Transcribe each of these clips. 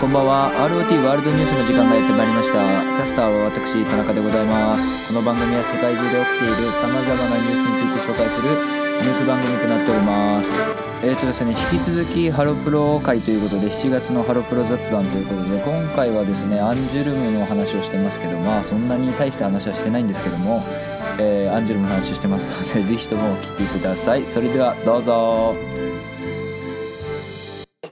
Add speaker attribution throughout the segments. Speaker 1: こんばんは ROT ワールドニュースの時間がやってまいりましたキャスターは私田中でございますこの番組は世界中で起きている様々なニュースについて紹介するニュース番組となっておりますえーとですね、引き続きハロプロ会ということで7月のハロプロ雑談ということで今回はですねアンジュルムの話をしてますけどまあそんなに大した話はしてないんですけども、えーアンジュルムの話をしてます のでぜひともお聞きくださいそれではどうぞ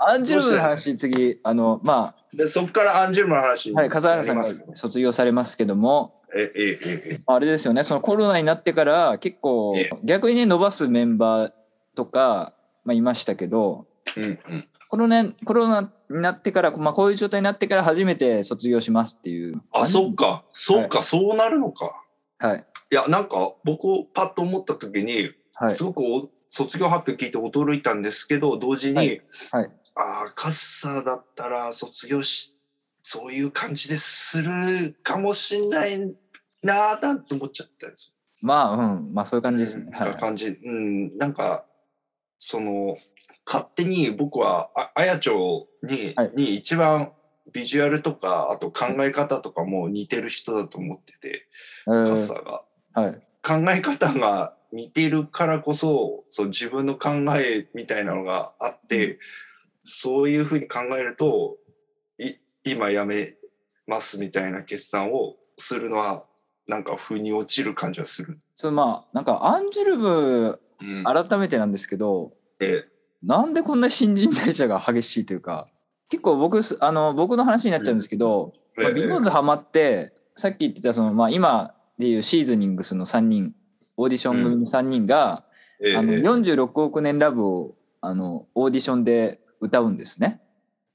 Speaker 1: アンジュルムの話次あのまあ
Speaker 2: で、そこからアンジュルムの話。
Speaker 1: はい、笠原さんが
Speaker 2: やります
Speaker 1: 卒業されますけども、
Speaker 2: え、え、え、
Speaker 1: あれですよね、そのコロナになってから結構
Speaker 2: ええ、
Speaker 1: 逆にね、伸ばすメンバーとか、まあ、いましたけど、
Speaker 2: え、うん、うん。
Speaker 1: コロナコロナになってから、まあ、こういう状態になってから初めて卒業しますっていう。
Speaker 2: あ、そっか。そうか、そうなるのか。
Speaker 1: はい。
Speaker 2: いや、なんか、僕、パッと思った時に、
Speaker 1: はい
Speaker 2: す。ごくお卒業発表聞いて驚いたんですけど、同時に、
Speaker 1: はいはい
Speaker 2: ああ、カッサーだったら卒業し、そういう感じでするかもしんないなーなんて思っちゃったんですよ
Speaker 1: まあ、うん、まあそういう感じですね。は
Speaker 2: ないんか。感じ、うん、なんか、その、勝手に僕は、ああやちょうに、
Speaker 1: はい
Speaker 2: に一番ビジュアルとか、あと考え方とかも似てる人だと思ってて、
Speaker 1: えー
Speaker 2: カッサーが。
Speaker 1: はい。
Speaker 2: 考え方が似てるからこそ、そう自分の考えみたいなのがあって、そういうふうに考えると、い今やめますみたいな決断をするのは、なんか腑に落ちる感じはする。
Speaker 1: そう、まあ、なんか、アンジュルム、
Speaker 2: うん、
Speaker 1: 改めてなんですけど、
Speaker 2: で
Speaker 1: なんでこんな新人代謝が激しいというか、結構僕す、あの、僕の話になっちゃうんですけど、
Speaker 2: うん
Speaker 1: まあ
Speaker 2: ええ
Speaker 1: ビヨンズハマって、さっき言ってた、その、まあ今でいうシーズニングスの3人、オーディション組の3人が、
Speaker 2: ええ
Speaker 1: あの46億年ラブを、あの、オーディションで歌うんですね。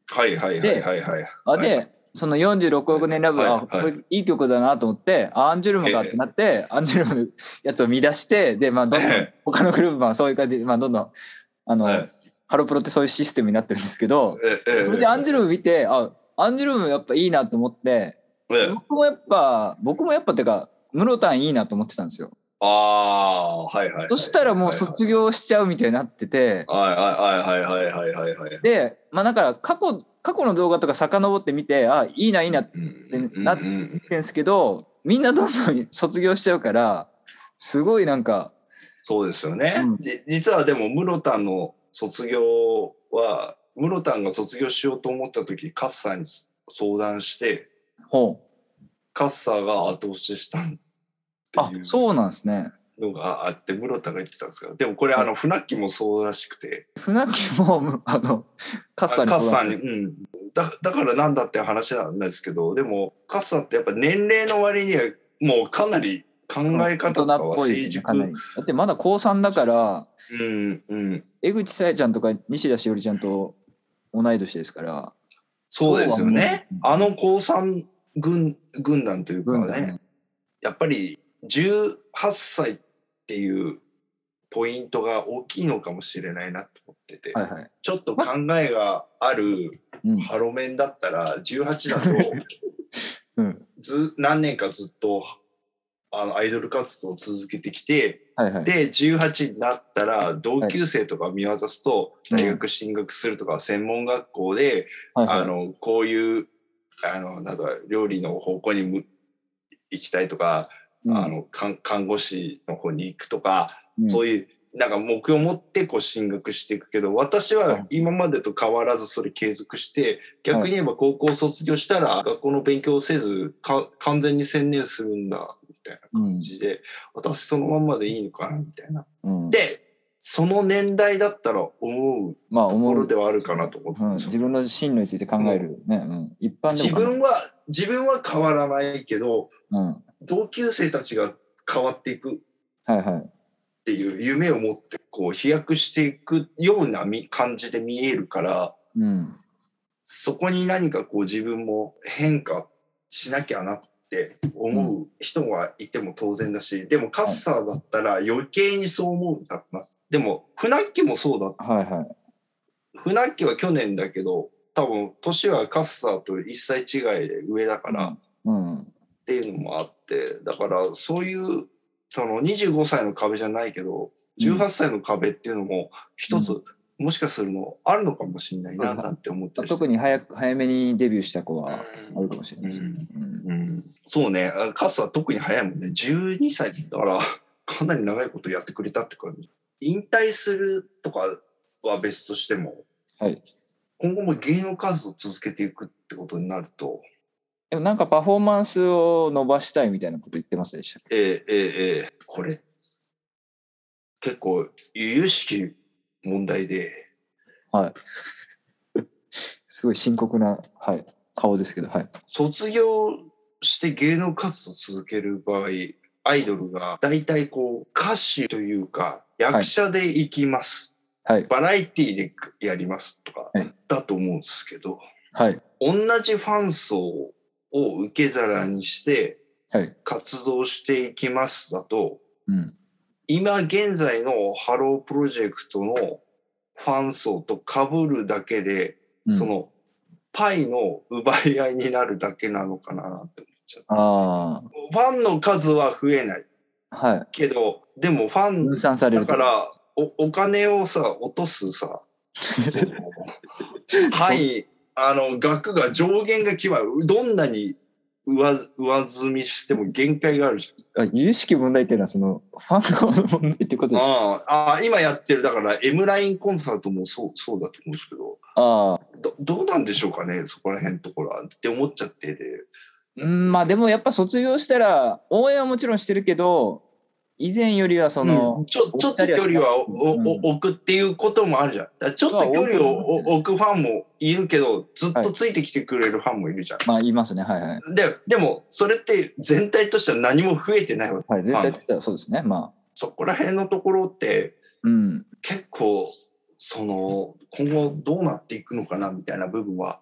Speaker 2: はいはいはいはいはい。
Speaker 1: あで、その46億年ラブは、
Speaker 2: はいはい
Speaker 1: あこれいい曲だなと思って、あアンジュルムかってなって、アンジュルムのやつを見出して、で、まあ、どんどん
Speaker 2: ええ
Speaker 1: 他のグループはそういう感じで、まあ、どんどん、あの、
Speaker 2: はい
Speaker 1: ハロプロってそういうシステムになってるんですけど、
Speaker 2: ええええ
Speaker 1: それでアンジュルム見て、あ、アンジュルムやっぱいいなと思って、
Speaker 2: ええ
Speaker 1: 僕もやっぱ、僕もやっぱってか、ムロタンいいなと思ってたんですよ。
Speaker 2: ああー、はいはいはい。
Speaker 1: そしたらもう
Speaker 2: はい
Speaker 1: 卒業しちゃうみたいになってて、
Speaker 2: はいはいはいはいはいはいはい。
Speaker 1: で、まあだから過去、過去の動画とか遡ってみて、あ、いいな、いいなって
Speaker 2: うん
Speaker 1: なっ
Speaker 2: うん
Speaker 1: 言ってんすけど、みんなどんどん 卒業しちゃうから、すごいなんか、
Speaker 2: そうですよね。
Speaker 1: うん
Speaker 2: じ実はでも、室田の卒業は、室田が卒業しようと思った時、カッサーに相談して、
Speaker 1: ほ
Speaker 2: カッサーが後押ししたって
Speaker 1: う。あ
Speaker 2: い、う
Speaker 1: そうなんですね。
Speaker 2: のがあって、室田が言ってたんですけど、でもこれ、あの、船木もそうらしくて、
Speaker 1: 船木も、 あの、カッサーに
Speaker 2: カ
Speaker 1: 相
Speaker 2: ッサ
Speaker 1: 談
Speaker 2: ーに、うん、だだからなんだって話なんですけどでもカッサーってやっぱ年齢の割にはもうかなり考え方とかは
Speaker 1: 大人っぽいですね
Speaker 2: 成熟、
Speaker 1: かなりだってまだ高3だから、
Speaker 2: うんうん
Speaker 1: 江口さやちゃんとか西田しおりちゃんと同い年ですから、
Speaker 2: そうですよね
Speaker 1: そう
Speaker 2: あの高3軍軍団というか
Speaker 1: 軍
Speaker 2: ね
Speaker 1: 団ね
Speaker 2: やっぱり18歳っていうポイントが大きいのかもしれないなと思ってて、
Speaker 1: はいはい。
Speaker 2: ちょっと考えがある
Speaker 1: うん。
Speaker 2: ハロメンだったら18だと。
Speaker 1: うん、
Speaker 2: ず何年かずっとあのアイドル活動を続けてきて
Speaker 1: はいはい。
Speaker 2: で18になったら同級生とか見渡すと、
Speaker 1: はい
Speaker 2: 大学進学するとか専門学校で、
Speaker 1: はいはい
Speaker 2: あのこういうあのなんか料理の方向にむ行きたいとか、
Speaker 1: うん
Speaker 2: あの看看護師の方に行くとか、
Speaker 1: うん
Speaker 2: そういうなんか目標を持ってこう進学していくけど私は今までと変わらずそれ継続して逆に言えば高校卒業したら学校の勉強をせずか完全に専念するんだみたいな
Speaker 1: うん
Speaker 2: 感じで私そのまんまでいいのかなみたいな。
Speaker 1: うん、
Speaker 2: でその年代だったら思う
Speaker 1: まあ、
Speaker 2: とこ
Speaker 1: 思
Speaker 2: ろ
Speaker 1: う、
Speaker 2: ではあるかなと思って
Speaker 1: うん、
Speaker 2: ます
Speaker 1: 自分の進路について考えるね。うん、一般で
Speaker 2: 自
Speaker 1: も考える
Speaker 2: 分は自分は変わらないけど
Speaker 1: うん。は
Speaker 2: 同級生たちが変わっていく
Speaker 1: いはい。
Speaker 2: っていう夢を持ってこう飛躍していくようなみ感じで見えるから
Speaker 1: うん。
Speaker 2: そこに何かこう自分も変化しなきゃなって思う人がいても当然だし、でもカッサーだったら余計にそう思うんだなでも船木もそうだ
Speaker 1: はいはい。
Speaker 2: 船木は去年だけど多分年はカッサーと一切違いで上だから、っ
Speaker 1: うん。
Speaker 2: ていうのもあってだからそういうその25歳の壁じゃないけど18歳の壁っていうのも一
Speaker 1: う
Speaker 2: つもしかするのあるのかもしれないななんて思ったりする
Speaker 1: 特に早く早めにデビューした子はあ
Speaker 2: うん
Speaker 1: るかもしれないですね。うん
Speaker 2: うんそうね、あカスは特に早いもんね。12歳だから、 かなり長いことやってくれたって感じ。引退するとかは別としても、
Speaker 1: はい
Speaker 2: 今後も芸能活動を続けていくってことになると、
Speaker 1: でもなんかパフォーマンスを伸ばしたいみたいなこと言ってませんでしたっけ
Speaker 2: ええええええこれ、結構、由々しき問題で、
Speaker 1: すごい深刻な、はい、顔ですけど、はい。
Speaker 2: 卒業して芸能活動を続ける場合、アイドルが大体こう歌手というか役者で行きま
Speaker 1: は
Speaker 2: す、
Speaker 1: い
Speaker 2: バラエティでやりますとか
Speaker 1: はい
Speaker 2: だと思うんですけど、
Speaker 1: はい。
Speaker 2: 同じファン層を受け皿にして
Speaker 1: はい。
Speaker 2: 活動していきますだと、
Speaker 1: うん。
Speaker 2: 今現在のハロープロジェクトのファン層と被るだけで、
Speaker 1: うん
Speaker 2: そのパイの奪い合いになるだけなのかなって思っちゃう。
Speaker 1: あ
Speaker 2: ファンの数は増えない
Speaker 1: あ、はい。
Speaker 2: けど、でもファン
Speaker 1: 分散され
Speaker 2: だ
Speaker 1: る。
Speaker 2: からおお金をさ、落とすさ、 その範囲、あの、額が上限が決まる。どんなに上上積みしても限界があるじゃん。
Speaker 1: あ、有識問題っていうのは、その、ファン側の問題ってことですか
Speaker 2: ああああ、今やってる、だから M ラインコンサートもそうそうだと思うんですけど、
Speaker 1: ああ。
Speaker 2: どどうなんでしょうかね、そこら辺のところはって思っちゃってで、
Speaker 1: うん、まあでもやっぱ卒業したら、応援はもちろんしてるけど、以前よりはその、
Speaker 2: うんちょちょっと距離はおお
Speaker 1: うん
Speaker 2: お置くっていうこともあるじゃん。だからちょっと距離をお置くファンもいるけど、ずっとついてきてくれるファンもいるじゃん。
Speaker 1: まあ言いますね、はいはい。
Speaker 2: ででも、それって全体としては何も増えてないわけ。
Speaker 1: はい、絶対としてはそうですね、まあ。
Speaker 2: そこら辺のところって、
Speaker 1: うん。
Speaker 2: 結構、その、今後どうなっていくのかなみたいな部分は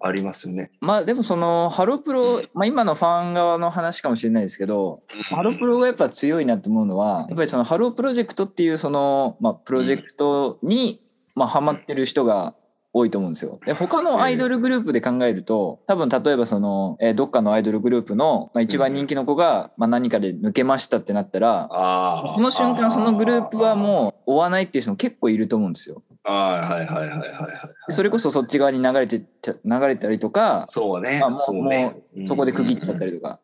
Speaker 2: ありますよね。
Speaker 1: まあでもその、ハロプロ、まあ今のファン側の話かもしれないですけど、ハロプロがやっぱ強いなと思うのは、やっぱりそのハロープロジェクトっていうその、まあ、プロジェクトに、まあ、ハマってる人が多いと思うんですよ。で、他のアイドルグループで考えると、多分例えばその、えーどっかのアイドルグループの、まあ、一番人気の子が、まあ、何かで抜けましたってなったら、
Speaker 2: ああ。
Speaker 1: その瞬間そのグループは
Speaker 2: う。
Speaker 1: もう追わないっていう人も結構いると思うんですよ。
Speaker 2: はいはいはいはいはいはい。
Speaker 1: でそれこそそっち側に流れてって、流れたりとか、
Speaker 2: そうね
Speaker 1: あも。う
Speaker 2: そうね。
Speaker 1: そこで区切っちゃったりとか。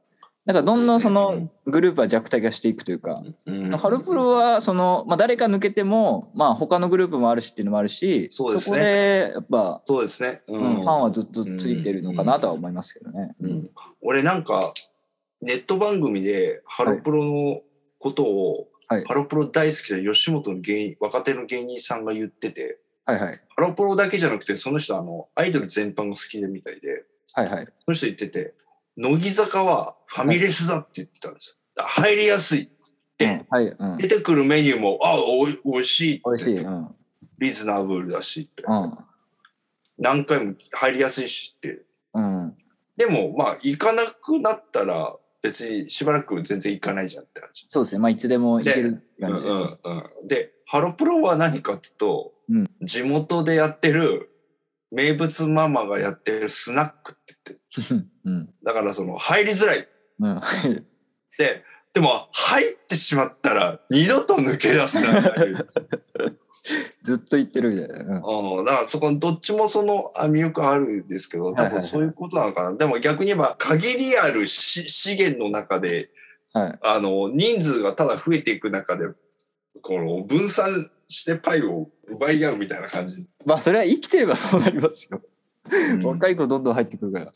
Speaker 1: だからどんどんそのグループは弱体化していくというか、
Speaker 2: うん
Speaker 1: ハロプロはその、まあ、誰か抜けても、まあ、他のグループもあるしっていうのもあるし
Speaker 2: そうですね
Speaker 1: こでやっぱ、
Speaker 2: そうですね。
Speaker 1: う
Speaker 2: うん
Speaker 1: ファンはずっとついてるのかなとは思いますけどね。うん
Speaker 2: うん俺なんかネット番組でハロプロのことを、
Speaker 1: はい
Speaker 2: ハロプロ大好きな吉本の芸人若手の芸人さんが言ってて
Speaker 1: はいはい
Speaker 2: ハロプロだけじゃなくてその人あのアイドル全般が好きでみたいで
Speaker 1: はいはい。
Speaker 2: その人言ってて乃木坂はファミレスだって言ってたんですよ。だから入りやすいって、
Speaker 1: はいうん、
Speaker 2: 出てくるメニューもあおいおいしいって
Speaker 1: 美味しい、うんうん
Speaker 2: リーズナブルだしって
Speaker 1: う
Speaker 2: 何回も入りやすいしって
Speaker 1: ん、
Speaker 2: でもまあ行かなくなったら別にしばらく全然行かないじゃんって感じ。
Speaker 1: そうですね、まあ、いつでもいける
Speaker 2: うん
Speaker 1: 感じで。
Speaker 2: うんうん、でハロプロは何かっていうと、
Speaker 1: うん
Speaker 2: 地元でやってる名物ママがやってるスナックって言って
Speaker 1: うん
Speaker 2: だからその入りづらい
Speaker 1: うん、はい
Speaker 2: ででも入ってしまったら二度と抜け出せないって いう、
Speaker 1: ずっと言ってるみたいな。うん
Speaker 2: うん、だからそこのどっちもそのあ魅力あるんですけど多分そういうことなのかな、でも逆に言えば限りあるし資源の中で
Speaker 1: はい、
Speaker 2: あの、人数がただ増えていく中で、この分散してパイを奪い合うみたいな感じ。
Speaker 1: まあそれは生きてればそうなりますよ。
Speaker 2: うん
Speaker 1: 若い子どんどん入ってくるから。
Speaker 2: だ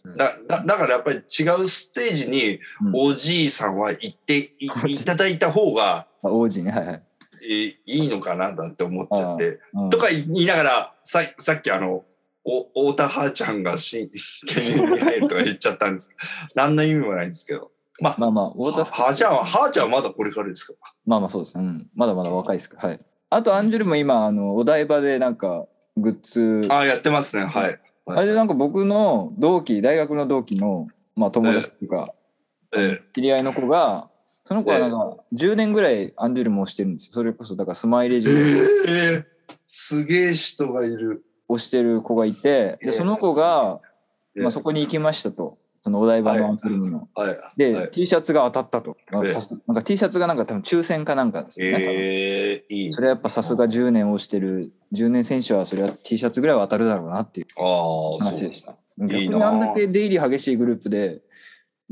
Speaker 2: だだからやっぱり違うステージに
Speaker 1: うん
Speaker 2: おじいさんは行ってい,、いただいた方が
Speaker 1: あ王子ね、はいはい。
Speaker 2: えーいいのかななんて思っちゃって。
Speaker 1: うん
Speaker 2: とか言いながらささっきあのお太田はちゃんが新研究に入るとか言っちゃったんですけど何の意味もないんですけど。まあ、
Speaker 1: まあまあ、太田
Speaker 2: ははーちゃんは、はーちゃんはまだこれからですか
Speaker 1: まあまあそうですね。うんまだまだ若いですから。はい。あとアンジュルも今、あの、お台場でなんか、グッズ、
Speaker 2: ああ、やってますね。はい。
Speaker 1: あれでなんか僕の同期、大学の同期の、まあ友達とか、
Speaker 2: ええ
Speaker 1: 知り合いの子が、その子はなんか、10年ぐらいアンジュルムをしてるんですよ。それこそ、だからスマイレージを
Speaker 2: ええすげえ人がいる。
Speaker 1: 推してる子がいて、
Speaker 2: ええ
Speaker 1: で、その子が、
Speaker 2: ええ
Speaker 1: まあそこに行きましたと。そのお台場
Speaker 2: は
Speaker 1: の
Speaker 2: い
Speaker 1: フィルムの。
Speaker 2: はい。
Speaker 1: で、
Speaker 2: はい
Speaker 1: T シャツが当たったと。
Speaker 2: ええ
Speaker 1: さすなんか T シャツがなんか多分抽選かなんかですね。
Speaker 2: ええいい
Speaker 1: そ。れはやっぱさすが10年をしてる10年選手はそれは T シャツぐらいは当たるだろうなっていう
Speaker 2: ああ、そ
Speaker 1: 話
Speaker 2: う
Speaker 1: で。した。逆
Speaker 2: いい
Speaker 1: に
Speaker 2: な
Speaker 1: あんだけ出入り激しいグループで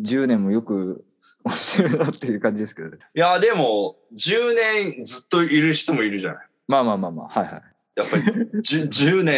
Speaker 1: 10年もよく押してるなっていう感じですけどね。
Speaker 2: いや、でも、10年ずっといる人もいるじゃない。
Speaker 1: まあまあまあまあ、はいはい。
Speaker 2: やっぱり 10, 10年、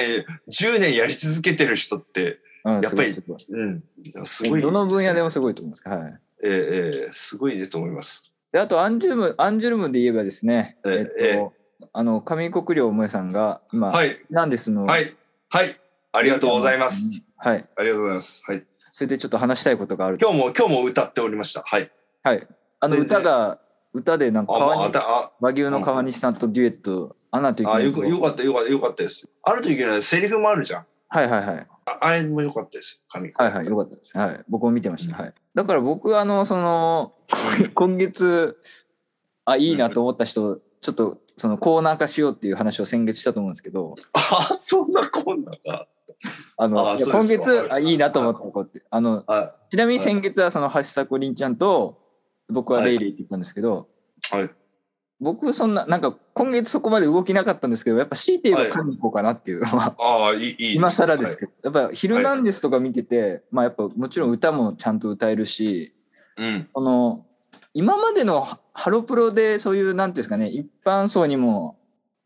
Speaker 2: 10年やり続けてる人って、
Speaker 1: うん、
Speaker 2: やっぱり
Speaker 1: すごいす
Speaker 2: うん、いやす
Speaker 1: ご
Speaker 2: ご
Speaker 1: い
Speaker 2: い。
Speaker 1: どの分野で
Speaker 2: も。
Speaker 1: もすごいと思います。はい。
Speaker 2: ええええすごいと思います。
Speaker 1: であとアンジュルム、アンジュルムで言えばですね、
Speaker 2: え
Speaker 1: えっと、
Speaker 2: ええ
Speaker 1: あの、上国領萌さんが今、
Speaker 2: はい、
Speaker 1: なんですの、
Speaker 2: は
Speaker 1: あ
Speaker 2: い、はい。ありがとうございます。。
Speaker 1: はい。
Speaker 2: ありがとうございます。はい。
Speaker 1: それでちょっと話したいことがあると。
Speaker 2: 今日も、今日も歌っておりました。はい。
Speaker 1: はい。あの、
Speaker 2: 全然
Speaker 1: 歌が、歌でなんか
Speaker 2: あ、まあ、
Speaker 1: 川
Speaker 2: あ
Speaker 1: に、
Speaker 2: た、あ、
Speaker 1: 和牛の川西さんとデュエット、アナと雪の
Speaker 2: あよ
Speaker 1: 女王
Speaker 2: くよかった、よかった、よかったです。あるといけない。セリフもあるじゃん。
Speaker 1: はいはいはい。
Speaker 2: ああれもよかったです。神。
Speaker 1: はいはい、よかったです。はい。僕も見てました。はい。だから僕、あの、その、今月、あ、いいなと思った人、ちょっと、そのコーナー化しようっていう話を先月したと思うんですけど、
Speaker 2: あ、そんなこんなか。
Speaker 1: あの、
Speaker 2: あ
Speaker 1: いや
Speaker 2: そ
Speaker 1: 今
Speaker 2: うですか
Speaker 1: 月、あ、いいなと思った子って、あの、
Speaker 2: あ、
Speaker 1: ちなみに先月はその橋迫凛ちゃんと僕はレイレイって言ったんですけど、
Speaker 2: はい。
Speaker 1: 僕そんななんか今月そこまで動きなかったんですけどやっぱ強いて言えば
Speaker 2: は
Speaker 1: 神子かなっていうのは、
Speaker 2: ああ、いい、いい
Speaker 1: 今更です
Speaker 2: け
Speaker 1: けど、やっぱ「ヒルナンデス」とか見てて、まあやっぱもちろん歌もちゃんと歌えるし
Speaker 2: ど。うん。
Speaker 1: この今までのハロプロでそういうなんていうんですかね一般層にも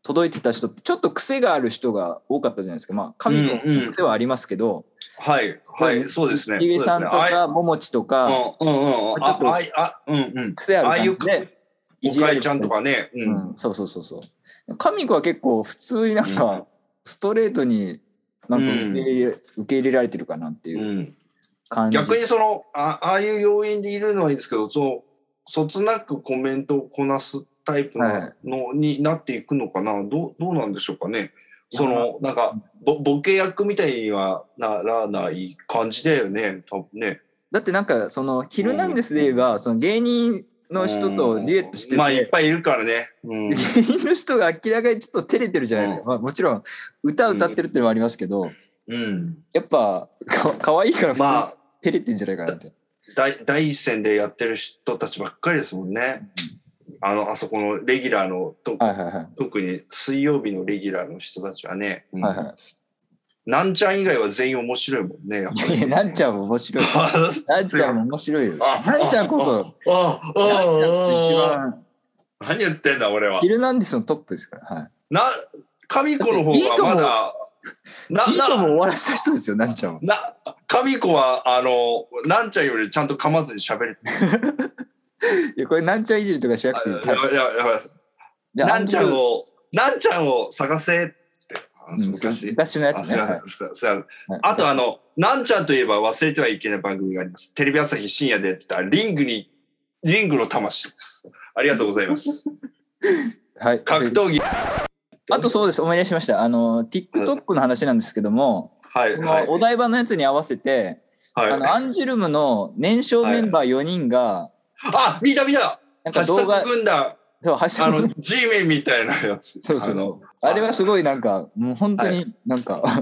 Speaker 1: 届いてた人ってちょっと癖がある人が多かったじゃないですかまあ神子
Speaker 2: うんうん
Speaker 1: の癖はありますけど、
Speaker 2: はい、はい、そうですね。そう
Speaker 1: ゆ
Speaker 2: で
Speaker 1: うさ
Speaker 2: す
Speaker 1: ん
Speaker 2: ね。
Speaker 1: と
Speaker 2: あい、
Speaker 1: かももちとか
Speaker 2: うん、うん、うん、
Speaker 1: ちょっ
Speaker 2: あ、
Speaker 1: と
Speaker 2: あい、あ、うん、うん。
Speaker 1: 癖ある
Speaker 2: ああい
Speaker 1: 感
Speaker 2: う
Speaker 1: じで。
Speaker 2: おかえちゃんとかね。う。。
Speaker 1: うんん、そうそうそうそう。神子は結構普通になんかストレートになんか受け入れ,、受け入れられてるかなっていううん感じ。
Speaker 2: 逆にその、あ、ああいう要因でいるのはいいんですけど、その。そつなくコメントをこなすタイプの、
Speaker 1: はい
Speaker 2: のになっていくのかな。どう、どうなんでしょうかね。
Speaker 1: いや
Speaker 2: その、なんか、ぼ、ボケ役みたいにはならない感じだよね。多分ね。
Speaker 1: だってなんかその「ヒルナンデス」で言えばその芸人の人とデュエットしてて、
Speaker 2: うんまあ、いっぱいいるからね。う ん
Speaker 1: 芸。人の人が明らかにちょっと照れてるじゃないですか、
Speaker 2: う
Speaker 1: まあ、もちろん歌歌ってるっていうのもありますけど、
Speaker 2: うん。
Speaker 1: やっぱかかわいいから普通に
Speaker 2: まあ。
Speaker 1: 照れてんじゃないかなって、
Speaker 2: 第第一線でやってる人たちばっかりですもんね。あの、あそこのレギュラーの、と
Speaker 1: はいはいはい、
Speaker 2: 特に水曜日のレギュラーの人たちはね、うん
Speaker 1: はいは
Speaker 2: なんちゃん以外は全員面白いもんね、やっぱ
Speaker 1: い、
Speaker 2: り。
Speaker 1: いやなんちゃ
Speaker 2: ん。
Speaker 1: んも面白いなんちゃんも面白いよ
Speaker 2: あ
Speaker 1: なんちゃんこそ
Speaker 2: あ、あ、あ
Speaker 1: なんちゃんって一
Speaker 2: あ、
Speaker 1: 番
Speaker 2: 何言ってんだ、俺は
Speaker 1: ヒ。ルナンデスのトップですから。はい。
Speaker 2: な、神子の方
Speaker 1: いいとも
Speaker 2: がまだ、な、
Speaker 1: いいとも
Speaker 2: な、
Speaker 1: 終わらせた人ですよ、なんちゃんは。
Speaker 2: な、神子は、あの、なんちゃんよりちゃんと噛まずに喋れてる。
Speaker 1: いや、これなんちゃんいじりとかしなくていい。
Speaker 2: あやばいやばいやばい
Speaker 1: じゃあ
Speaker 2: なんちゃん。
Speaker 1: アン
Speaker 2: を、なんちゃんを探せって、あ
Speaker 1: ジュルム
Speaker 2: 昔。
Speaker 1: うん昔のや
Speaker 2: あ
Speaker 1: つ
Speaker 2: すい
Speaker 1: ね。
Speaker 2: ませ
Speaker 1: はい
Speaker 2: んすいませんすいません
Speaker 1: はい
Speaker 2: あとあの、なんちゃんといえば忘れてはいけない番組があります。テレビ朝日深夜でやってたリングに、リングの魂です。ありがとうござ います。
Speaker 1: はい。
Speaker 2: 格闘技。
Speaker 1: あとそうです、思い出しました。あの、TikTok の話なんですけども、
Speaker 2: はい、
Speaker 1: こ
Speaker 2: はい
Speaker 1: の、お台場のやつに合わせて、あ
Speaker 2: はい。
Speaker 1: の、アンジュルムの年少メンバー4人が、
Speaker 2: あ、見た見た
Speaker 1: なん
Speaker 2: 橋
Speaker 1: か動画
Speaker 2: 作、軍団、
Speaker 1: そう、は
Speaker 2: あの
Speaker 1: そ、
Speaker 2: G メンみたいなやつ。
Speaker 1: うそ
Speaker 2: あの
Speaker 1: う。あれはすごいなんか、もう本当になんか、
Speaker 2: あ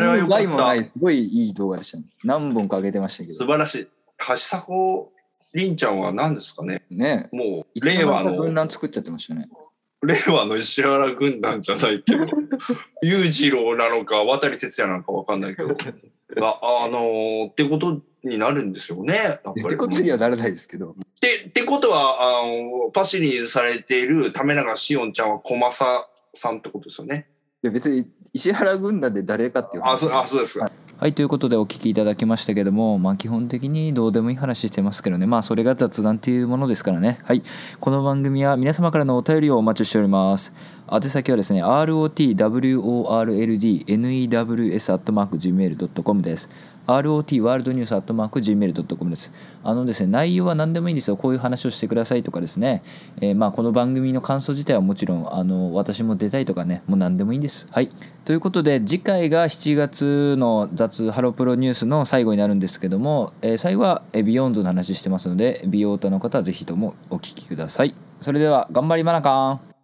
Speaker 2: れは
Speaker 1: 何
Speaker 2: よ
Speaker 1: の
Speaker 2: かった
Speaker 1: 害もない、すごいいい動画でしたね。何本か上げてましたけ
Speaker 2: 素
Speaker 1: ど。
Speaker 2: 晴らしい。橋作りんちゃんは何ですかね
Speaker 1: ね
Speaker 2: も、
Speaker 1: いうつの間
Speaker 2: 令
Speaker 1: に
Speaker 2: 和
Speaker 1: か軍
Speaker 2: の、
Speaker 1: 団作っちゃってました ね。
Speaker 2: 令和の石原軍団じゃない けど、裕次郎なのか、渡哲也なのかわかんないけど、が、あのーってことになるんですよね、やっぱり。
Speaker 1: ってことにはならないですけど。
Speaker 2: でってことは、あのーパシリにされている為永しおんちゃんは小正さんってことですよね。
Speaker 1: いや別に石原軍団で誰かっていう話
Speaker 2: あ、そう、あ、そうですか。
Speaker 1: はいということでお聞きいただきましたけどもまあ基本的にどうでもいい話してますけどねまあそれが雑談っていうものですからねはいこの番組は皆様からのお便りをお待ちしております宛先はですね rotworldnews.gmail.com です ROT ワールドニュースアットマーク Gmail.com です。あのですね、内容は何でもいいんですよ。こういう話をしてくださいとかですね、えーまあこの番組の感想自体はもちろん、あの、私も出たいとかね、もう何でもいいんです。はい。ということで、次回が7月の雑ハロプロニュースの最後になるんですけども、えー最後はえービヨンドの話してますので、美容オタの方はぜひともお聞きください。それでは、頑張りまなかん。